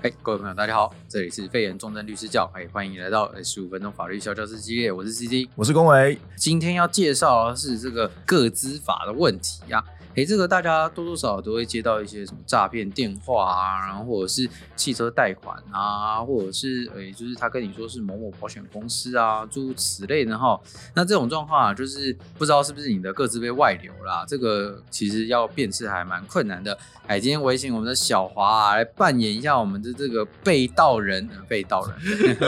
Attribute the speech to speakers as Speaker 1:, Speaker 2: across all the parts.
Speaker 1: 哎，各位朋友，大家好，这里是肺炎重症律师教，哎，欢迎来到十五分钟法律小教室系列，我是 CC。
Speaker 2: 我是龚维，
Speaker 1: 今天要介绍的是这个个资法的问题啊。诶，这个大家多多少少都会接到一些什么诈骗电话啊，然后或者是汽车贷款啊，或者是诶，就是他跟你说是某某保险公司啊，诸如此类的哈。那这种状况啊，就是不知道是不是你的个资被外流啦，这个其实要辨识还蛮困难的。哎，今天微信我们的小华啊，来扮演一下我们的这个被盗人，呃被盗人，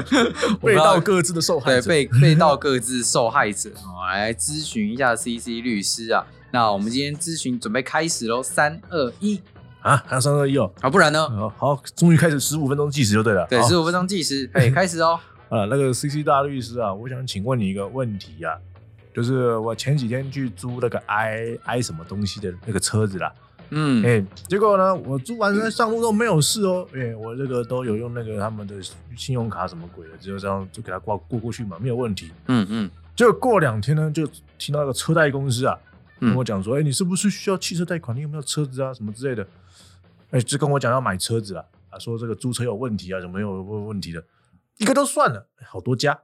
Speaker 1: 我不
Speaker 2: 被
Speaker 1: 知道
Speaker 2: 盗各自的受
Speaker 1: 对
Speaker 2: 害者。
Speaker 1: 被 被盗各自受害者哦，来咨询一下 CC 律师啊。那我们今天咨询准备开始喽，三二一
Speaker 2: 啊，还有三二一哦。
Speaker 1: 啊，不然呢？
Speaker 2: 好，好，终于开始十五分钟计时就对了。
Speaker 1: 对，
Speaker 2: 好
Speaker 1: 十五分钟计时，哎，开始哦。
Speaker 2: 呃，那个 CC 大律师啊，我想请问你一个问题啊，就是我前几天去租那个 i i 什么东西的那个车子啦，
Speaker 1: 嗯，
Speaker 2: 哎、结果呢，我租完了上路都没有事哦，哎、我这个都有用那个他们的信用卡什么鬼的，只有这样就给他挂过过去嘛，没有问题。
Speaker 1: 嗯嗯，
Speaker 2: 结果过两天呢，就听到那个车贷公司啊
Speaker 1: 嗯
Speaker 2: 跟我讲说，哎、你是不是需要汽车贷款？你有没有车子啊什么之类的？哎、就跟我讲要买车子啊，啊说这个租车有问题啊，什么有问题的，一个都算了，哎好多家，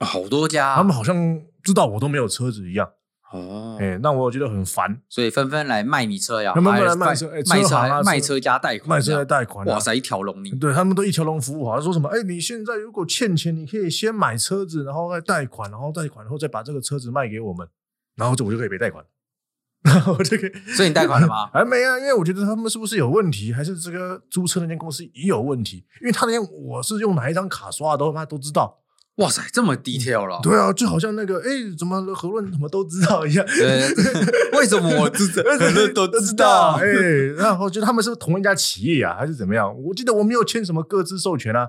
Speaker 1: 好多家
Speaker 2: 他们好像知道我都没有车子一样，
Speaker 1: 哦
Speaker 2: 哎、，让我觉得很烦。
Speaker 1: 所以纷纷来卖你车呀，
Speaker 2: 他们
Speaker 1: 还
Speaker 2: 来
Speaker 1: 有
Speaker 2: 卖车哎
Speaker 1: 卖
Speaker 2: 车
Speaker 1: 车
Speaker 2: 行啊
Speaker 1: 还卖
Speaker 2: 车
Speaker 1: 车加贷款，
Speaker 2: 卖车贷，贷款、啊，
Speaker 1: 哇塞，一条龙你。
Speaker 2: 对他们都一条龙服务好，他说什么？哎，你现在如果欠钱，你可以先买车子，然后再贷款，然后贷款，然后再把这个车子卖给我们，然后这我就可以没贷款， 然后我就可以。
Speaker 1: 所以你贷款了吗？
Speaker 2: 还没啊，因为我觉得他们是不是有问题，还是这个租车那间公司也有问题？因为他连我是用哪一张卡刷的都他妈都知道。
Speaker 1: 哇塞，这么 detail 了。
Speaker 2: 对啊，就好像那个哎，怎么何润怎么都知道一样。
Speaker 1: 对， 为什么我 知可能都知道
Speaker 2: 哎？，然后就他们是不是同一家企业啊，还是怎么样？我记得我没有签什么各自授权啊，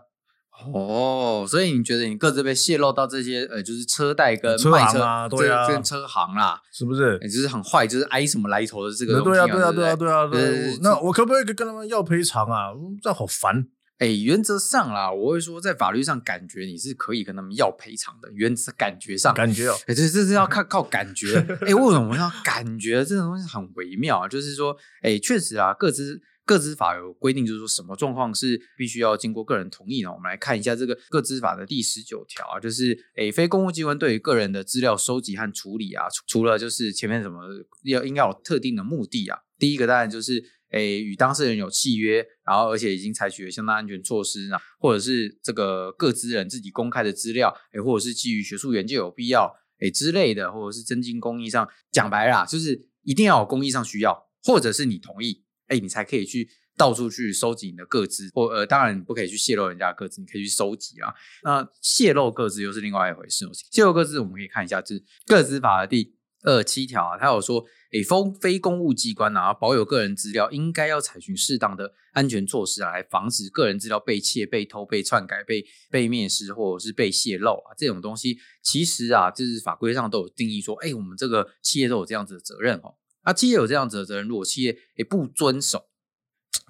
Speaker 1: 哦，所以你觉得你各自被泄露到这些呃，就是车贷跟
Speaker 2: 车
Speaker 1: 卖
Speaker 2: 行
Speaker 1: 车
Speaker 2: 啊
Speaker 1: 这
Speaker 2: 对啊
Speaker 1: 跟车行啦，
Speaker 2: 是不是
Speaker 1: 也、？就是很坏，就是挨什么来头的这个东
Speaker 2: 对
Speaker 1: 西、
Speaker 2: 啊，对啊，
Speaker 1: 对
Speaker 2: 对啊，
Speaker 1: 不对。呃
Speaker 2: 对啊，
Speaker 1: 对
Speaker 2: 对
Speaker 1: 对
Speaker 2: 啊。那我可不可以跟他们要赔偿啊？嗯这样好烦。
Speaker 1: 哎、原则上啦，我会说在法律上感觉你是可以跟他们要赔偿的，原则感觉上。
Speaker 2: 感 觉哦，
Speaker 1: 哎，这这是要靠靠感觉。哎，为什么要感觉这种东西很微妙啊？就是说，哎，确实啊，各自各自法有规定，就是说什么状况是必须要经过个人同意呢？我们来看一下这个各自法的第十九条啊，就是哎，非公务机关对于个人的资料收集和处理啊，除除了就是前面什么要应该有特定的目的啊，第一个当然就是。诶，与当事人有契约，然后而且已经采取了相当安全措施呢，或者是这个各资人自己公开的资料，诶，或者是基于学术研究有必要，诶之类的，或者是增进公益上，讲白啦，就是一定要有公益上需要，或者是你同意，诶，你才可以去到处去收集你的各自，或呃，当然你不可以去泄露人家的各自，你可以去收集啊。那泄露各自又是另外一回事哦。泄露各自，我们可以看一下，就是《各自法》的第二七条啊，它有说，诶，非非公务机关啊，保有个人资料，应该要采取适当的安全措施啊，来防止个人资料被窃、被偷、被篡改、被被蔑视或者是被泄露啊。这种东西其实啊，就是法规上都有定义说，诶，我们这个企业都有这样子的责任哦。那企业有这样子的责任，如果企业也不遵守，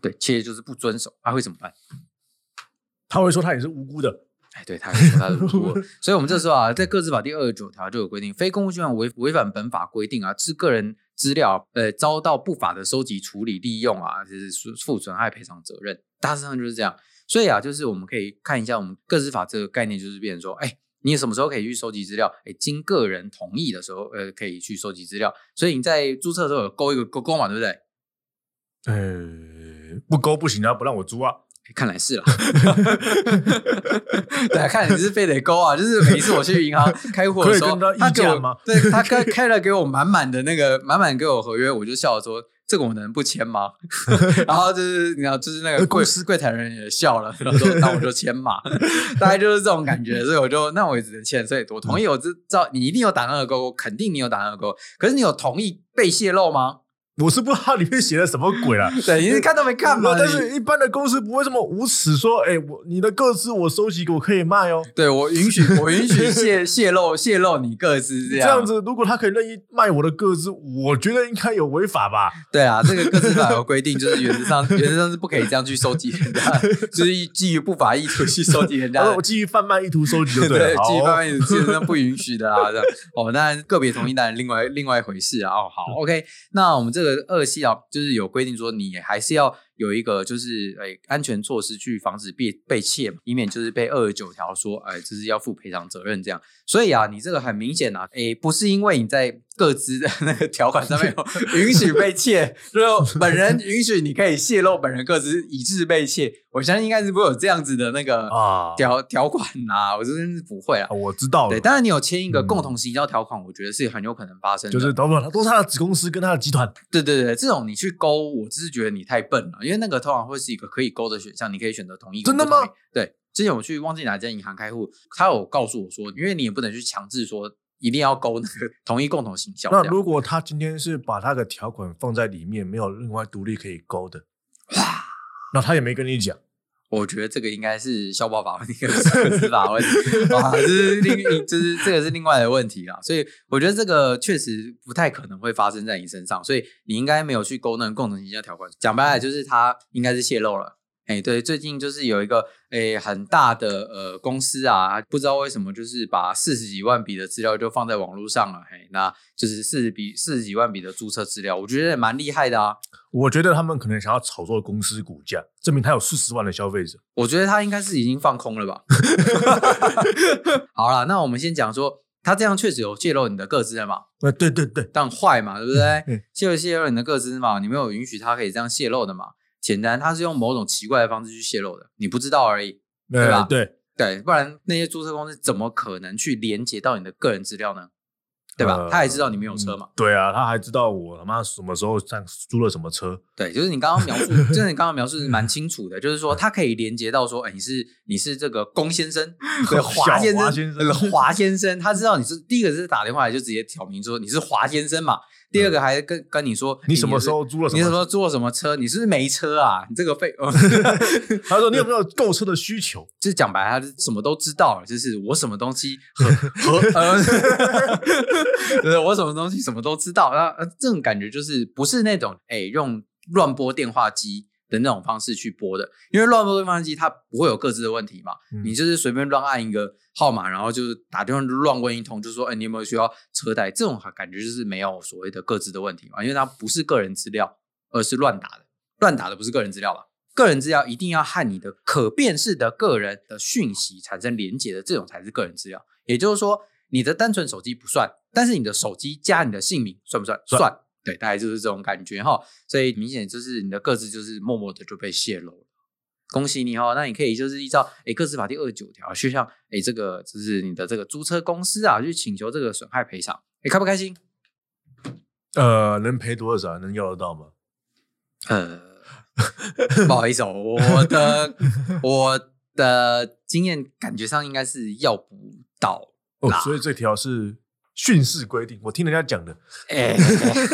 Speaker 1: 对，企业就是不遵守，那、会怎么办？
Speaker 2: 他会说他也是无辜的，
Speaker 1: 哎，对，他也说他是无辜的。所以，我们这时候啊，在《各自法》第二十九条就有规定，非公务机关违违反本法规定啊，致个人资料呃遭到不法的收集、处理、利用啊，就是负负损害赔偿责任。大致上就是这样。所以啊，就是我们可以看一下我们《各自法》这个概念，就是变成说，哎，你什么时候可以去收集资料？哎，经个人同意的时候，呃，可以去收集资料。所以你在注册的时候有勾一个勾勾嘛，对不对？
Speaker 2: 呃，不勾不行啊，不让我租啊。
Speaker 1: 欸看来是啦， 对啊，看你是非得勾啊，就是每一次我去银 行开户的时候
Speaker 2: 可以跟，
Speaker 1: 他
Speaker 2: 他议
Speaker 1: 给
Speaker 2: 价
Speaker 1: 我
Speaker 2: 吗
Speaker 1: 对他开开了给我满满的那个满满给我合约，我就笑说这个我能不签 吗？然后就是你知道，就是
Speaker 2: 呃
Speaker 1: 那个柜柜台人也笑了，然后说那我就签嘛， 大概就是这种感觉，所以我就那我也只能签，所以我同意，我知知道你一定有打那个勾，肯定你有打那个勾，可是你有同意被泄露吗？
Speaker 2: 我是不知道它里面写的什么鬼啊啦。
Speaker 1: 对，你是看都没看 嘛？
Speaker 2: 但
Speaker 1: 你
Speaker 2: 是一般的公司不会这么无耻说，哎、我你的个资我收集，我可以卖哦。
Speaker 1: 对我允许，我允许 泄泄露泄露你各自这
Speaker 2: 这
Speaker 1: 样
Speaker 2: 样。子，如果他可以任意卖我的个资，我觉得应该有违法吧？
Speaker 1: 对啊，这个各自法有规定，就是原则上原则上是不可以这样去收集人家，就是基于不法意图去收集人家
Speaker 2: 然
Speaker 1: 的
Speaker 2: 后我基于贩卖意图收集就 了。
Speaker 1: 基
Speaker 2: 好
Speaker 1: 本
Speaker 2: 哦，
Speaker 1: 上也基本上不允许的 啊。这样哦，当然个别同意当然另外另外一回事啊。哦，好，OK，那
Speaker 2: 嗯
Speaker 1: 我们这个二系啊，就是有规定说，你还是要有一个就是诶、安全措施去防止被被窃嘛，以免就是被二十九条说哎、这是要负赔偿责任这样。所以啊，你这个很明显啊，诶、不是因为你在。各自的那个条款上面有允许被窃， 就是本人允许你可以泄露本人各自以致被窃，我相信应该是不会有这样子的那个
Speaker 2: 啊，
Speaker 1: 条条款呐、我真是不会啊。
Speaker 2: 我知道了
Speaker 1: 对，，当然你有签一个
Speaker 2: 嗯
Speaker 1: 共同行销条款，我觉得是很有可能发生的。
Speaker 2: 就是等等，都是他的子公司跟他的集团。
Speaker 1: 对对对，这种你去勾，我只是觉得你太笨了，因为那个通常会是一个可以勾的选项，你可以选择同意。
Speaker 2: 真的吗
Speaker 1: 跟不同意？对，之前我去忘记哪间银行开户，他有告诉我说，因为你也不能去强制说一定要勾那个同意共同行销这
Speaker 2: 那
Speaker 1: 样。
Speaker 2: 如果他今天是把他的条款放在里面，没有另外独立可以勾的，那他也没跟你讲。
Speaker 1: 我觉得这个应该是消保法问题，跟个司法问题 啊，这是另，就是这个是另外的问题啦。所以我觉得这个确实不太可能会发生在你身上，所以你应该没有去勾那个共同行销条款。讲白了，就是它应该是泄露了。哎、对，最近就是有一个哎、很大的呃公司啊，不知道为什么就是把四十几万笔的资料就放在网络上了，嘿、哎那就是四十笔四十几万笔的注册资料，我觉得也蛮厉害的啊。
Speaker 2: 我觉得他们可能想要炒作公司股价，证明他有四十万的消费者。
Speaker 1: 我觉得他应该是已经放空了 吧。好啦，那我们先讲说，他这样确实有泄露你的个资了嘛，
Speaker 2: 呃，对对对，
Speaker 1: 但坏嘛，对不对
Speaker 2: 嗯？
Speaker 1: 泄露泄露你的个资嘛，你没有允许他可以这样泄露的嘛。显然他是用某种奇怪的方式去泄露的，你不知道而已。对啊吧
Speaker 2: 呃对，
Speaker 1: 对，不然那些注册公司怎么可能去连接到你的个人资料呢？对吧？
Speaker 2: 呃
Speaker 1: 他也知道你没有车嘛。
Speaker 2: 对啊，他还知道我他妈什么时候上租了什么车。
Speaker 1: 对，就是你刚刚描 述，就是你刚刚描述是蛮清楚的，就是说它可以连接到说，哎，你是你是这个龚先生、对 华
Speaker 2: 小
Speaker 1: 先生、
Speaker 2: 华先生
Speaker 1: 呃华先生，他知道你是第一个是打电话来就直接挑明说你是华先生嘛，第二个还跟跟你说
Speaker 2: 嗯你什么时
Speaker 1: 候。
Speaker 2: 候租了什
Speaker 1: 你
Speaker 2: 么
Speaker 1: 什
Speaker 2: 车？
Speaker 1: 么坐什么车？你是不是没车啊？你这个废，
Speaker 2: 他说你有没有购车的需求？
Speaker 1: 就是讲白了，他是什么都知道了，就是我什么东西和和呃， 就是我什么东西什么都知道，那呃这种感觉就是不是那种哎用乱拨电话机的那种方式去拨的，因为乱拨电话机它不会有各自的问题嘛，
Speaker 2: 嗯
Speaker 1: 你就是随便乱按一个号码，然后就是打电话乱问一通，就说哎你有没有需要车贷？这种感觉就是没有所谓的各自的问题嘛，因为它不是个人资料，而是乱打的。乱打的不是个人资料吧？个人资料一定要和你的可辨识的个人的讯息产生连结的，这种才是个人资料。也就是说，你的单纯手机不算，但是你的手机加你的姓名算不算？
Speaker 2: 算
Speaker 1: 算，对，大概就是这种感觉哈。所以明显就是你的个资就是默默的就被泄露了。恭喜你哦！那你可以就是依照诶个资法第二十九条，去向诶这个就是你的这个租车公司啊，去请求这个损害赔偿。诶，开不开心？
Speaker 2: 呃，能赔多少？能要得到吗？
Speaker 1: 呃， 不好意思哦，我的我的经验感觉上应该是要不到。
Speaker 2: 哦
Speaker 1: 啦，
Speaker 2: 所以这条是训示规定，我听人家讲的。
Speaker 1: 哎、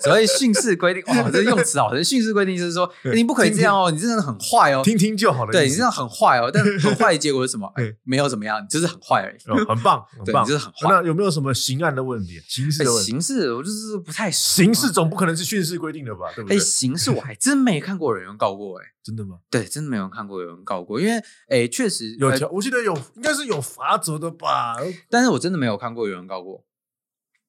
Speaker 1: 所谓训示规定，哇，这用词好像训示规定就是说、
Speaker 2: 对
Speaker 1: 你不可以这样哦，你真的很坏哦。
Speaker 2: 听听就好了。
Speaker 1: 对，
Speaker 2: 意
Speaker 1: 你
Speaker 2: 思
Speaker 1: 真的很坏哦，但很坏的结果是什 么？哎
Speaker 2: 对
Speaker 1: 没有怎么样，你就是很坏而已。哎
Speaker 2: 哦 很棒，很
Speaker 1: 对，
Speaker 2: 棒
Speaker 1: 你就。是很坏。
Speaker 2: 那有没有什么刑案的问题？刑事
Speaker 1: 哎
Speaker 2: 的问题？
Speaker 1: 形式我就是不太
Speaker 2: 刑事总不可能是训示规定的吧？对不
Speaker 1: 哎，
Speaker 2: 对？
Speaker 1: 形式我还真没看过有人告过哎、
Speaker 2: 真的吗？
Speaker 1: 对，真的没有看过有人告过，因为哎确实
Speaker 2: 有
Speaker 1: 呃哎
Speaker 2: 条，我记得有，应该是有罚则的吧？
Speaker 1: 但是我真的没有看过有人告过。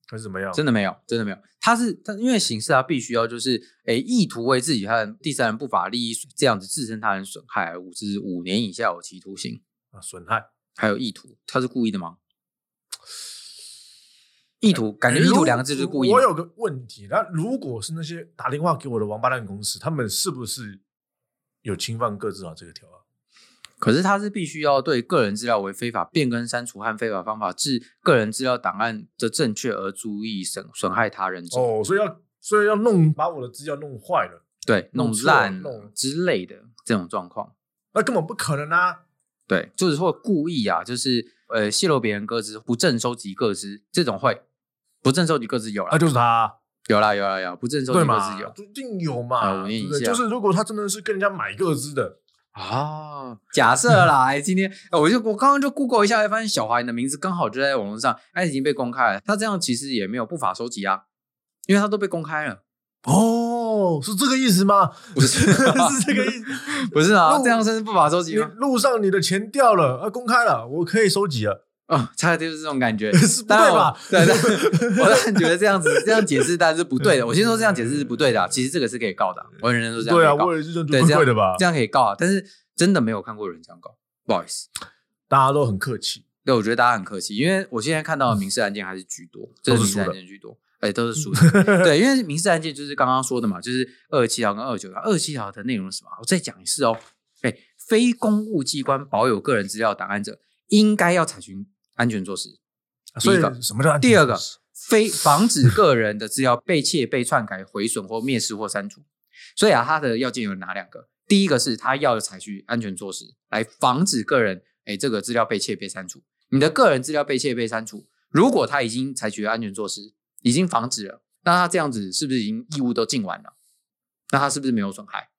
Speaker 2: 还是怎么样？
Speaker 1: 真的没有，真的没有。他是他，因为刑事他必须要就是诶、意图为自己和第三人不法利益这样子自身他人损害而无至五年以下有期徒刑，
Speaker 2: 啊损害。
Speaker 1: 还有意图，他是故意的吗？意图感觉意
Speaker 2: 如
Speaker 1: 图
Speaker 2: 果
Speaker 1: 两个字就是故意
Speaker 2: 我
Speaker 1: 嘛，
Speaker 2: 有个问题，那如果是那些打电话给我的王八蛋公司，他们是不是有侵犯各自法这个条啊？
Speaker 1: 可是他是必须要对个人资料为非法变更、删除和非法方法致个人资料档案的正确而足以损损害他人者，
Speaker 2: 哦，所以要所以要弄把我的资料弄坏了，
Speaker 1: 对，
Speaker 2: 弄
Speaker 1: 弄
Speaker 2: 错
Speaker 1: 烂
Speaker 2: 弄
Speaker 1: 之类的这种状况。
Speaker 2: 那根本不可能啊！
Speaker 1: 对，就是会故意啊，就是呃泄露别人个资，不正收集个资，这种会不正收集个资有
Speaker 2: 那
Speaker 1: 了，
Speaker 2: 就是他啊，
Speaker 1: 有啦有啦有啦，不正收
Speaker 2: 对
Speaker 1: 订购
Speaker 2: 嘛
Speaker 1: 是？有
Speaker 2: 一定有嘛，
Speaker 1: 啊我念
Speaker 2: 对
Speaker 1: 一
Speaker 2: 不对？
Speaker 1: 下
Speaker 2: 就是如果他真的是跟人家买个资的，
Speaker 1: 啊。假设啦，哎，今天呃我就我刚刚就 Google 一下，哎发现小华你的名字刚好就在网络上，哎，已经被公开了。他这样其实也没有不法收集啊，因为他都被公开了。
Speaker 2: 哦，是这个意思吗？
Speaker 1: 不 是啊
Speaker 2: 是这个意思。
Speaker 1: 不是
Speaker 2: 那
Speaker 1: 啊，
Speaker 2: 我
Speaker 1: 这样算是不法收
Speaker 2: 你
Speaker 1: 集吗？
Speaker 2: 路上你的钱掉了，啊，公开了，我可以收集了，
Speaker 1: 啊，差点就是这种感觉。
Speaker 2: 是不
Speaker 1: 当然
Speaker 2: 对
Speaker 1: 我
Speaker 2: 吧？
Speaker 1: 对对，我当然觉得这样子这样解释当然是不对的。我先说这样解释是不对的啊、其实这个是可以告的啊、我很认真说这样
Speaker 2: 对
Speaker 1: 可以
Speaker 2: 啊，
Speaker 1: 告。
Speaker 2: 我也是认
Speaker 1: 对
Speaker 2: 最
Speaker 1: 这样
Speaker 2: 贵的吧
Speaker 1: 这？样可以告啊，但是真的没有看过有人这样告，不好意思。
Speaker 2: 大家都很客气，
Speaker 1: 对，我觉得大家很客气，因为我现在看到的民事案件还是居多，这
Speaker 2: 都
Speaker 1: 是民
Speaker 2: 是输
Speaker 1: 事
Speaker 2: 的
Speaker 1: 案件居多，哎，都是输的。 对，因为民事案件就是刚刚说的嘛，就是二七条跟二九条，二七条的内容是什么？我再讲一次哦，哎，非公务机关保有个人资料的档案者，应该要采取安全措施。第
Speaker 2: 啊所
Speaker 1: 一
Speaker 2: 以
Speaker 1: 个
Speaker 2: 什么叫安全
Speaker 1: 第二个
Speaker 2: 措施，
Speaker 1: 非防止个人的资料被窃、被篡改、毁损或灭失或删除。所以啊，它的要件有哪两个？第一个是他要采取安全措施来防止个人哎这个资料被窃、被删除。你的个人资料被窃、被删除，如果他已经采取了安全措施，已经防止了，那他这样子是不是已经义务都尽完了？那他是不是没有损害？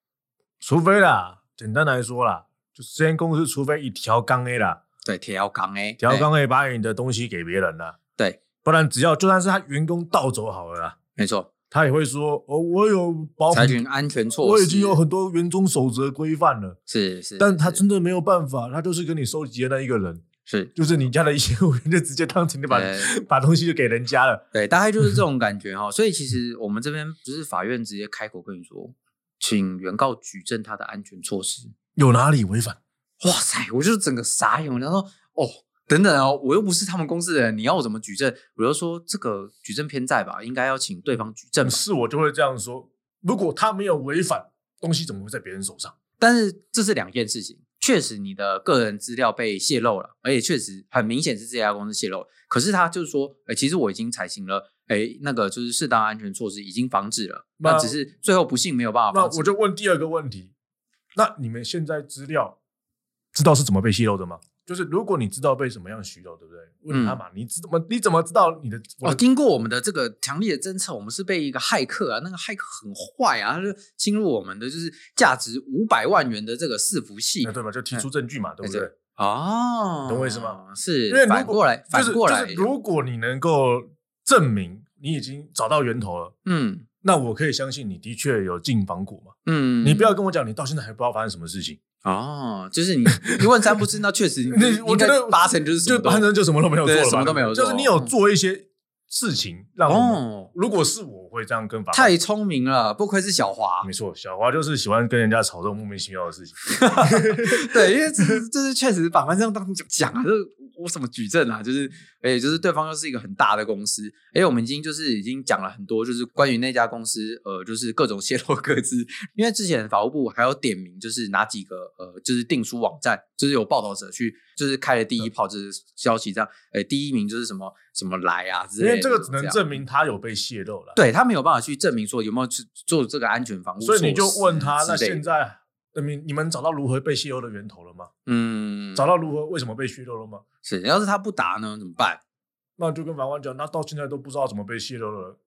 Speaker 2: 除非啦，简单来说啦，就是这间公司，除非一条杠 A 啦，
Speaker 1: 对，条纲哎，
Speaker 2: 条
Speaker 1: 哎
Speaker 2: 杠 A 把你的东西给别人啦，
Speaker 1: 对，
Speaker 2: 不然只要就算是他员工盗走好了啦，
Speaker 1: 没错，
Speaker 2: 他也会说，哦，我有保
Speaker 1: 采
Speaker 2: 很
Speaker 1: 取安全措
Speaker 2: 我
Speaker 1: 施，
Speaker 2: 已经有很多员工守则规范了，
Speaker 1: 是是，
Speaker 2: 但他
Speaker 1: 是
Speaker 2: 真的没有办法，他就是跟你收集的那一个人，
Speaker 1: 是
Speaker 2: 就是你家的业务员，就直接当成就把
Speaker 1: 呃
Speaker 2: 把东西就给人家了。
Speaker 1: 对，大概就是这
Speaker 2: 嗯
Speaker 1: 种感觉哈、所以其实我们这边就是法院直接开口跟你说，请原告举证他的安全措施。
Speaker 2: 有哪里违反？
Speaker 1: 哇塞，我就整个傻眼，我想说哦，等等哦，我又不是他们公司的人，你要我怎么举证？我就说这个举证偏在吧，应该要请对方举证吧。
Speaker 2: 是我就会这样说：如果他没有违反，东西怎么会在别人手上？
Speaker 1: 但是这是两件事情，确实你的个人资料被泄露了，而且确实很明显是这家公司泄露了。可是他就是说，哎、其实我已经采行了，哎、那个就是适当安全措施，已经防止了，那
Speaker 2: 那
Speaker 1: 只是最后不幸没有办法
Speaker 2: 那
Speaker 1: 防止。
Speaker 2: 我就问第二个问题：那你们现在资料知道是怎么被泄露的吗？就是如果你知道被什么样泄露，对不对？问他嘛，你知怎么你怎么知道你的？我
Speaker 1: 嗯哦，
Speaker 2: 的
Speaker 1: 经过我们的这个强烈的侦测，我们是被一个骇客啊，那个骇客很坏啊，他就侵入我们的就是价值五百万元的这个伺服器
Speaker 2: 哎对吧？就提出证据嘛，对不
Speaker 1: 哎
Speaker 2: 对？
Speaker 1: 哦，
Speaker 2: 懂我意思吗？
Speaker 1: 是
Speaker 2: 因为如果
Speaker 1: 反过来，
Speaker 2: 就是
Speaker 1: 反过来，
Speaker 2: 就是如果你能够证明你已经找到源头了，
Speaker 1: 嗯
Speaker 2: 那我可以相信你的确有进防股嘛。
Speaker 1: 嗯，
Speaker 2: 你不要跟我讲你到现在还不知道发生什么事情，
Speaker 1: 哦，就是你一问三不知，那确 实你
Speaker 2: 那我
Speaker 1: 应
Speaker 2: 觉
Speaker 1: 该
Speaker 2: 得
Speaker 1: 八成就是什
Speaker 2: 就
Speaker 1: 么都
Speaker 2: 反正就什么都没有做了吧，
Speaker 1: 对什么都没有做嗯
Speaker 2: 就是你有做一些事情让我们。
Speaker 1: 哦，
Speaker 2: 如果是我会这样跟法官
Speaker 1: 太聪明了，不愧是小华
Speaker 2: 没，错，小华就是喜欢跟人家吵这种莫名其妙的 事情。
Speaker 1: 对，因为这是这是确实法官这样当时讲啊，这我什么举证啊？就是，而且就是对方又是一个很大的公司，而且我们已经就是已经讲了很多，就是关于那家公司，呃，就是各种泄露各自，因为之前法务部还有点名，就是哪几个呃，就是订书网站，就是有报道者去就是开了第
Speaker 2: 嗯
Speaker 1: 一炮，就是消息这样，呃，第一名就是什么什么来啊之
Speaker 2: 因
Speaker 1: 类的，
Speaker 2: 为这个只能
Speaker 1: 样
Speaker 2: 证明他有被泄露了，
Speaker 1: 对他没有办法去证明说有没有去做这个安全防护，
Speaker 2: 所以你就问他，那现，在你你们找到如何被泄露的源头了吗？
Speaker 1: 嗯，
Speaker 2: 找到如何为什么被泄露了吗？
Speaker 1: 是，要是他不答呢，怎么办？
Speaker 2: 那就跟法官讲，那到现在都不知道怎么被泄露了，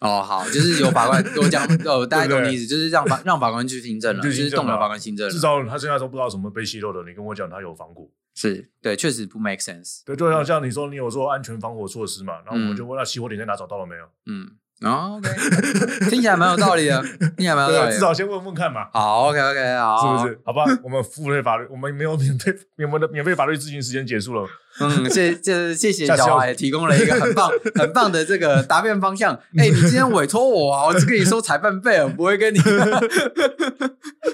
Speaker 1: 哦，好，就是由法 官我讲，呃，大家懂你意思，就是让法让法官去听证了，
Speaker 2: 就
Speaker 1: 就
Speaker 2: 听
Speaker 1: 是
Speaker 2: 证
Speaker 1: 动了
Speaker 2: 了
Speaker 1: 法官听证
Speaker 2: 至
Speaker 1: 了，
Speaker 2: 少他现在都不知道怎么被泄露的。你跟我讲他有防股，
Speaker 1: 是对，确实不 make sense，
Speaker 2: 对，就像像你说你有做安全防火措施嘛，然后我们
Speaker 1: 嗯
Speaker 2: 就问他起火点在哪找到了没有？
Speaker 1: 嗯，哦，OK，听起来蛮有道理的，听起来蛮有
Speaker 2: 对
Speaker 1: 道
Speaker 2: 啊，
Speaker 1: 理
Speaker 2: 至
Speaker 1: 的，
Speaker 2: 少先问问看嘛，
Speaker 1: 好，OK OK，
Speaker 2: 是
Speaker 1: 好，
Speaker 2: 不是？好吧，我们付费法律，我们没有免费免费的免费法律咨询时间结束了。
Speaker 1: 嗯，谢谢谢谢
Speaker 2: 下次要
Speaker 1: 小华也提供了一个很 棒很棒的这个答辩方向。哎、你今天委托我啊，我只跟你收裁判费，我不会跟你。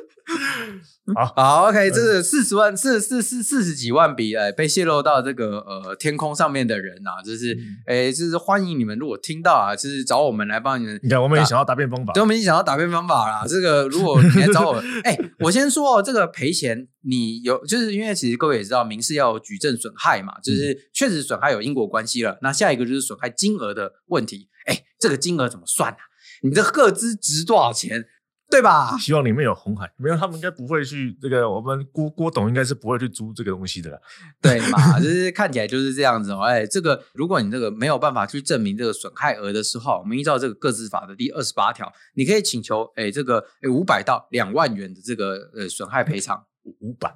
Speaker 2: 好嗯
Speaker 1: 好，OK，这是四十万四四四四十几万笔哎、被泄露到这个呃天空上面的人啊，就是
Speaker 2: 嗯
Speaker 1: 哎、就是欢迎你们，如果听到啊，就是找我们来帮你们
Speaker 2: 你看，我们也想要答辩方法
Speaker 1: 所以，我们已经想到答辩方法啦。这个如果你来找我，哎、我先说哦，这个赔钱，你有就是因为其实各位也知道，民事要有举证损害嘛，就是确实损害有因果关系了。那下一个就是损害金额的问题，哎、这个金额怎么算啊？你的个资值多少钱？对 吧？
Speaker 2: 希望里面有红海，没有他们应该不会去这个，我们郭郭董应该是不会去租这个东西的啦。
Speaker 1: 对嘛，就是看起来就是这样子哦。哎，这个如果你这个没有办法去证明这个损害额的时候，我们依照这个各自法的第二十八条，你可以请求哎这个哎五百到两万元的这个呃损害赔偿。
Speaker 2: 五百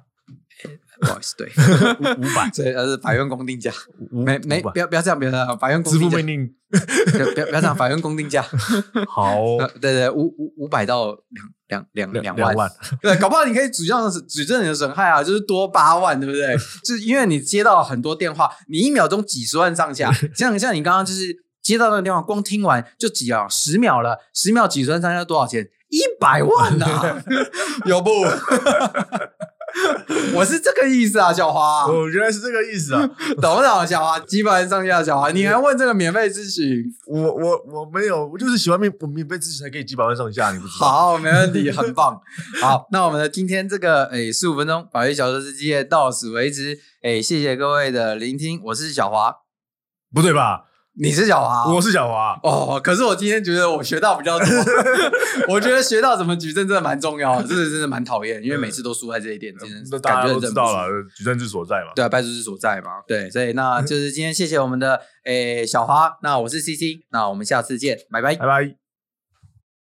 Speaker 1: 不好意 思，对，
Speaker 2: 五五百，
Speaker 1: 这呃是法院公定价，
Speaker 2: 五
Speaker 1: 没没
Speaker 2: 五百
Speaker 1: 不要不要这样，不要这样，法院公
Speaker 2: 支
Speaker 1: 定
Speaker 2: 付
Speaker 1: 价
Speaker 2: 命，令
Speaker 1: 不要不要不要这样，法院公定 价。
Speaker 2: 好
Speaker 1: 呃对对，五五五百到两两两
Speaker 2: 两
Speaker 1: 万啊
Speaker 2: 万，
Speaker 1: 对，搞不好你可以举证举证你的损害啊，就是多八万，对不对？ 就是因为你接到很多电话，你一秒钟几十万上下，像像你刚刚就是接到那个电话，光听完就几啊十秒了，十秒几十万上下多少钱？一百万呐、 有不？ 我是这个意思啊，小花，
Speaker 2: 哦，原来是这个意思啊！
Speaker 1: 懂不懂？小花，几百万上下，小花，你还问这个免费咨询？
Speaker 2: 我我我没有，我就是喜欢免我免费咨询才可以几百万上下，你不知道？
Speaker 1: 好，没问题，很 棒。好，那我们的今天这个诶十五分钟法律小说世界到此为止。诶，谢谢各位的聆听，我是小华，
Speaker 2: 不对吧？
Speaker 1: 你是小华，
Speaker 2: 我是小华，
Speaker 1: 哦。可是我今天觉得我学到比较 多，我觉得学到怎么举证真的蛮重要的，真的真的蛮讨厌，因为每次都输在这一点，真的
Speaker 2: 那
Speaker 1: 是
Speaker 2: 大
Speaker 1: 嗯感觉
Speaker 2: 家都
Speaker 1: 很
Speaker 2: 知
Speaker 1: 忍不
Speaker 2: 道
Speaker 1: 住
Speaker 2: 了，举证之所在嘛。
Speaker 1: 对啊，派出所所在嘛，对，所以那就是今天谢谢我们的诶小华，那我是 CC，那我们下次见，拜拜
Speaker 2: 拜。拜。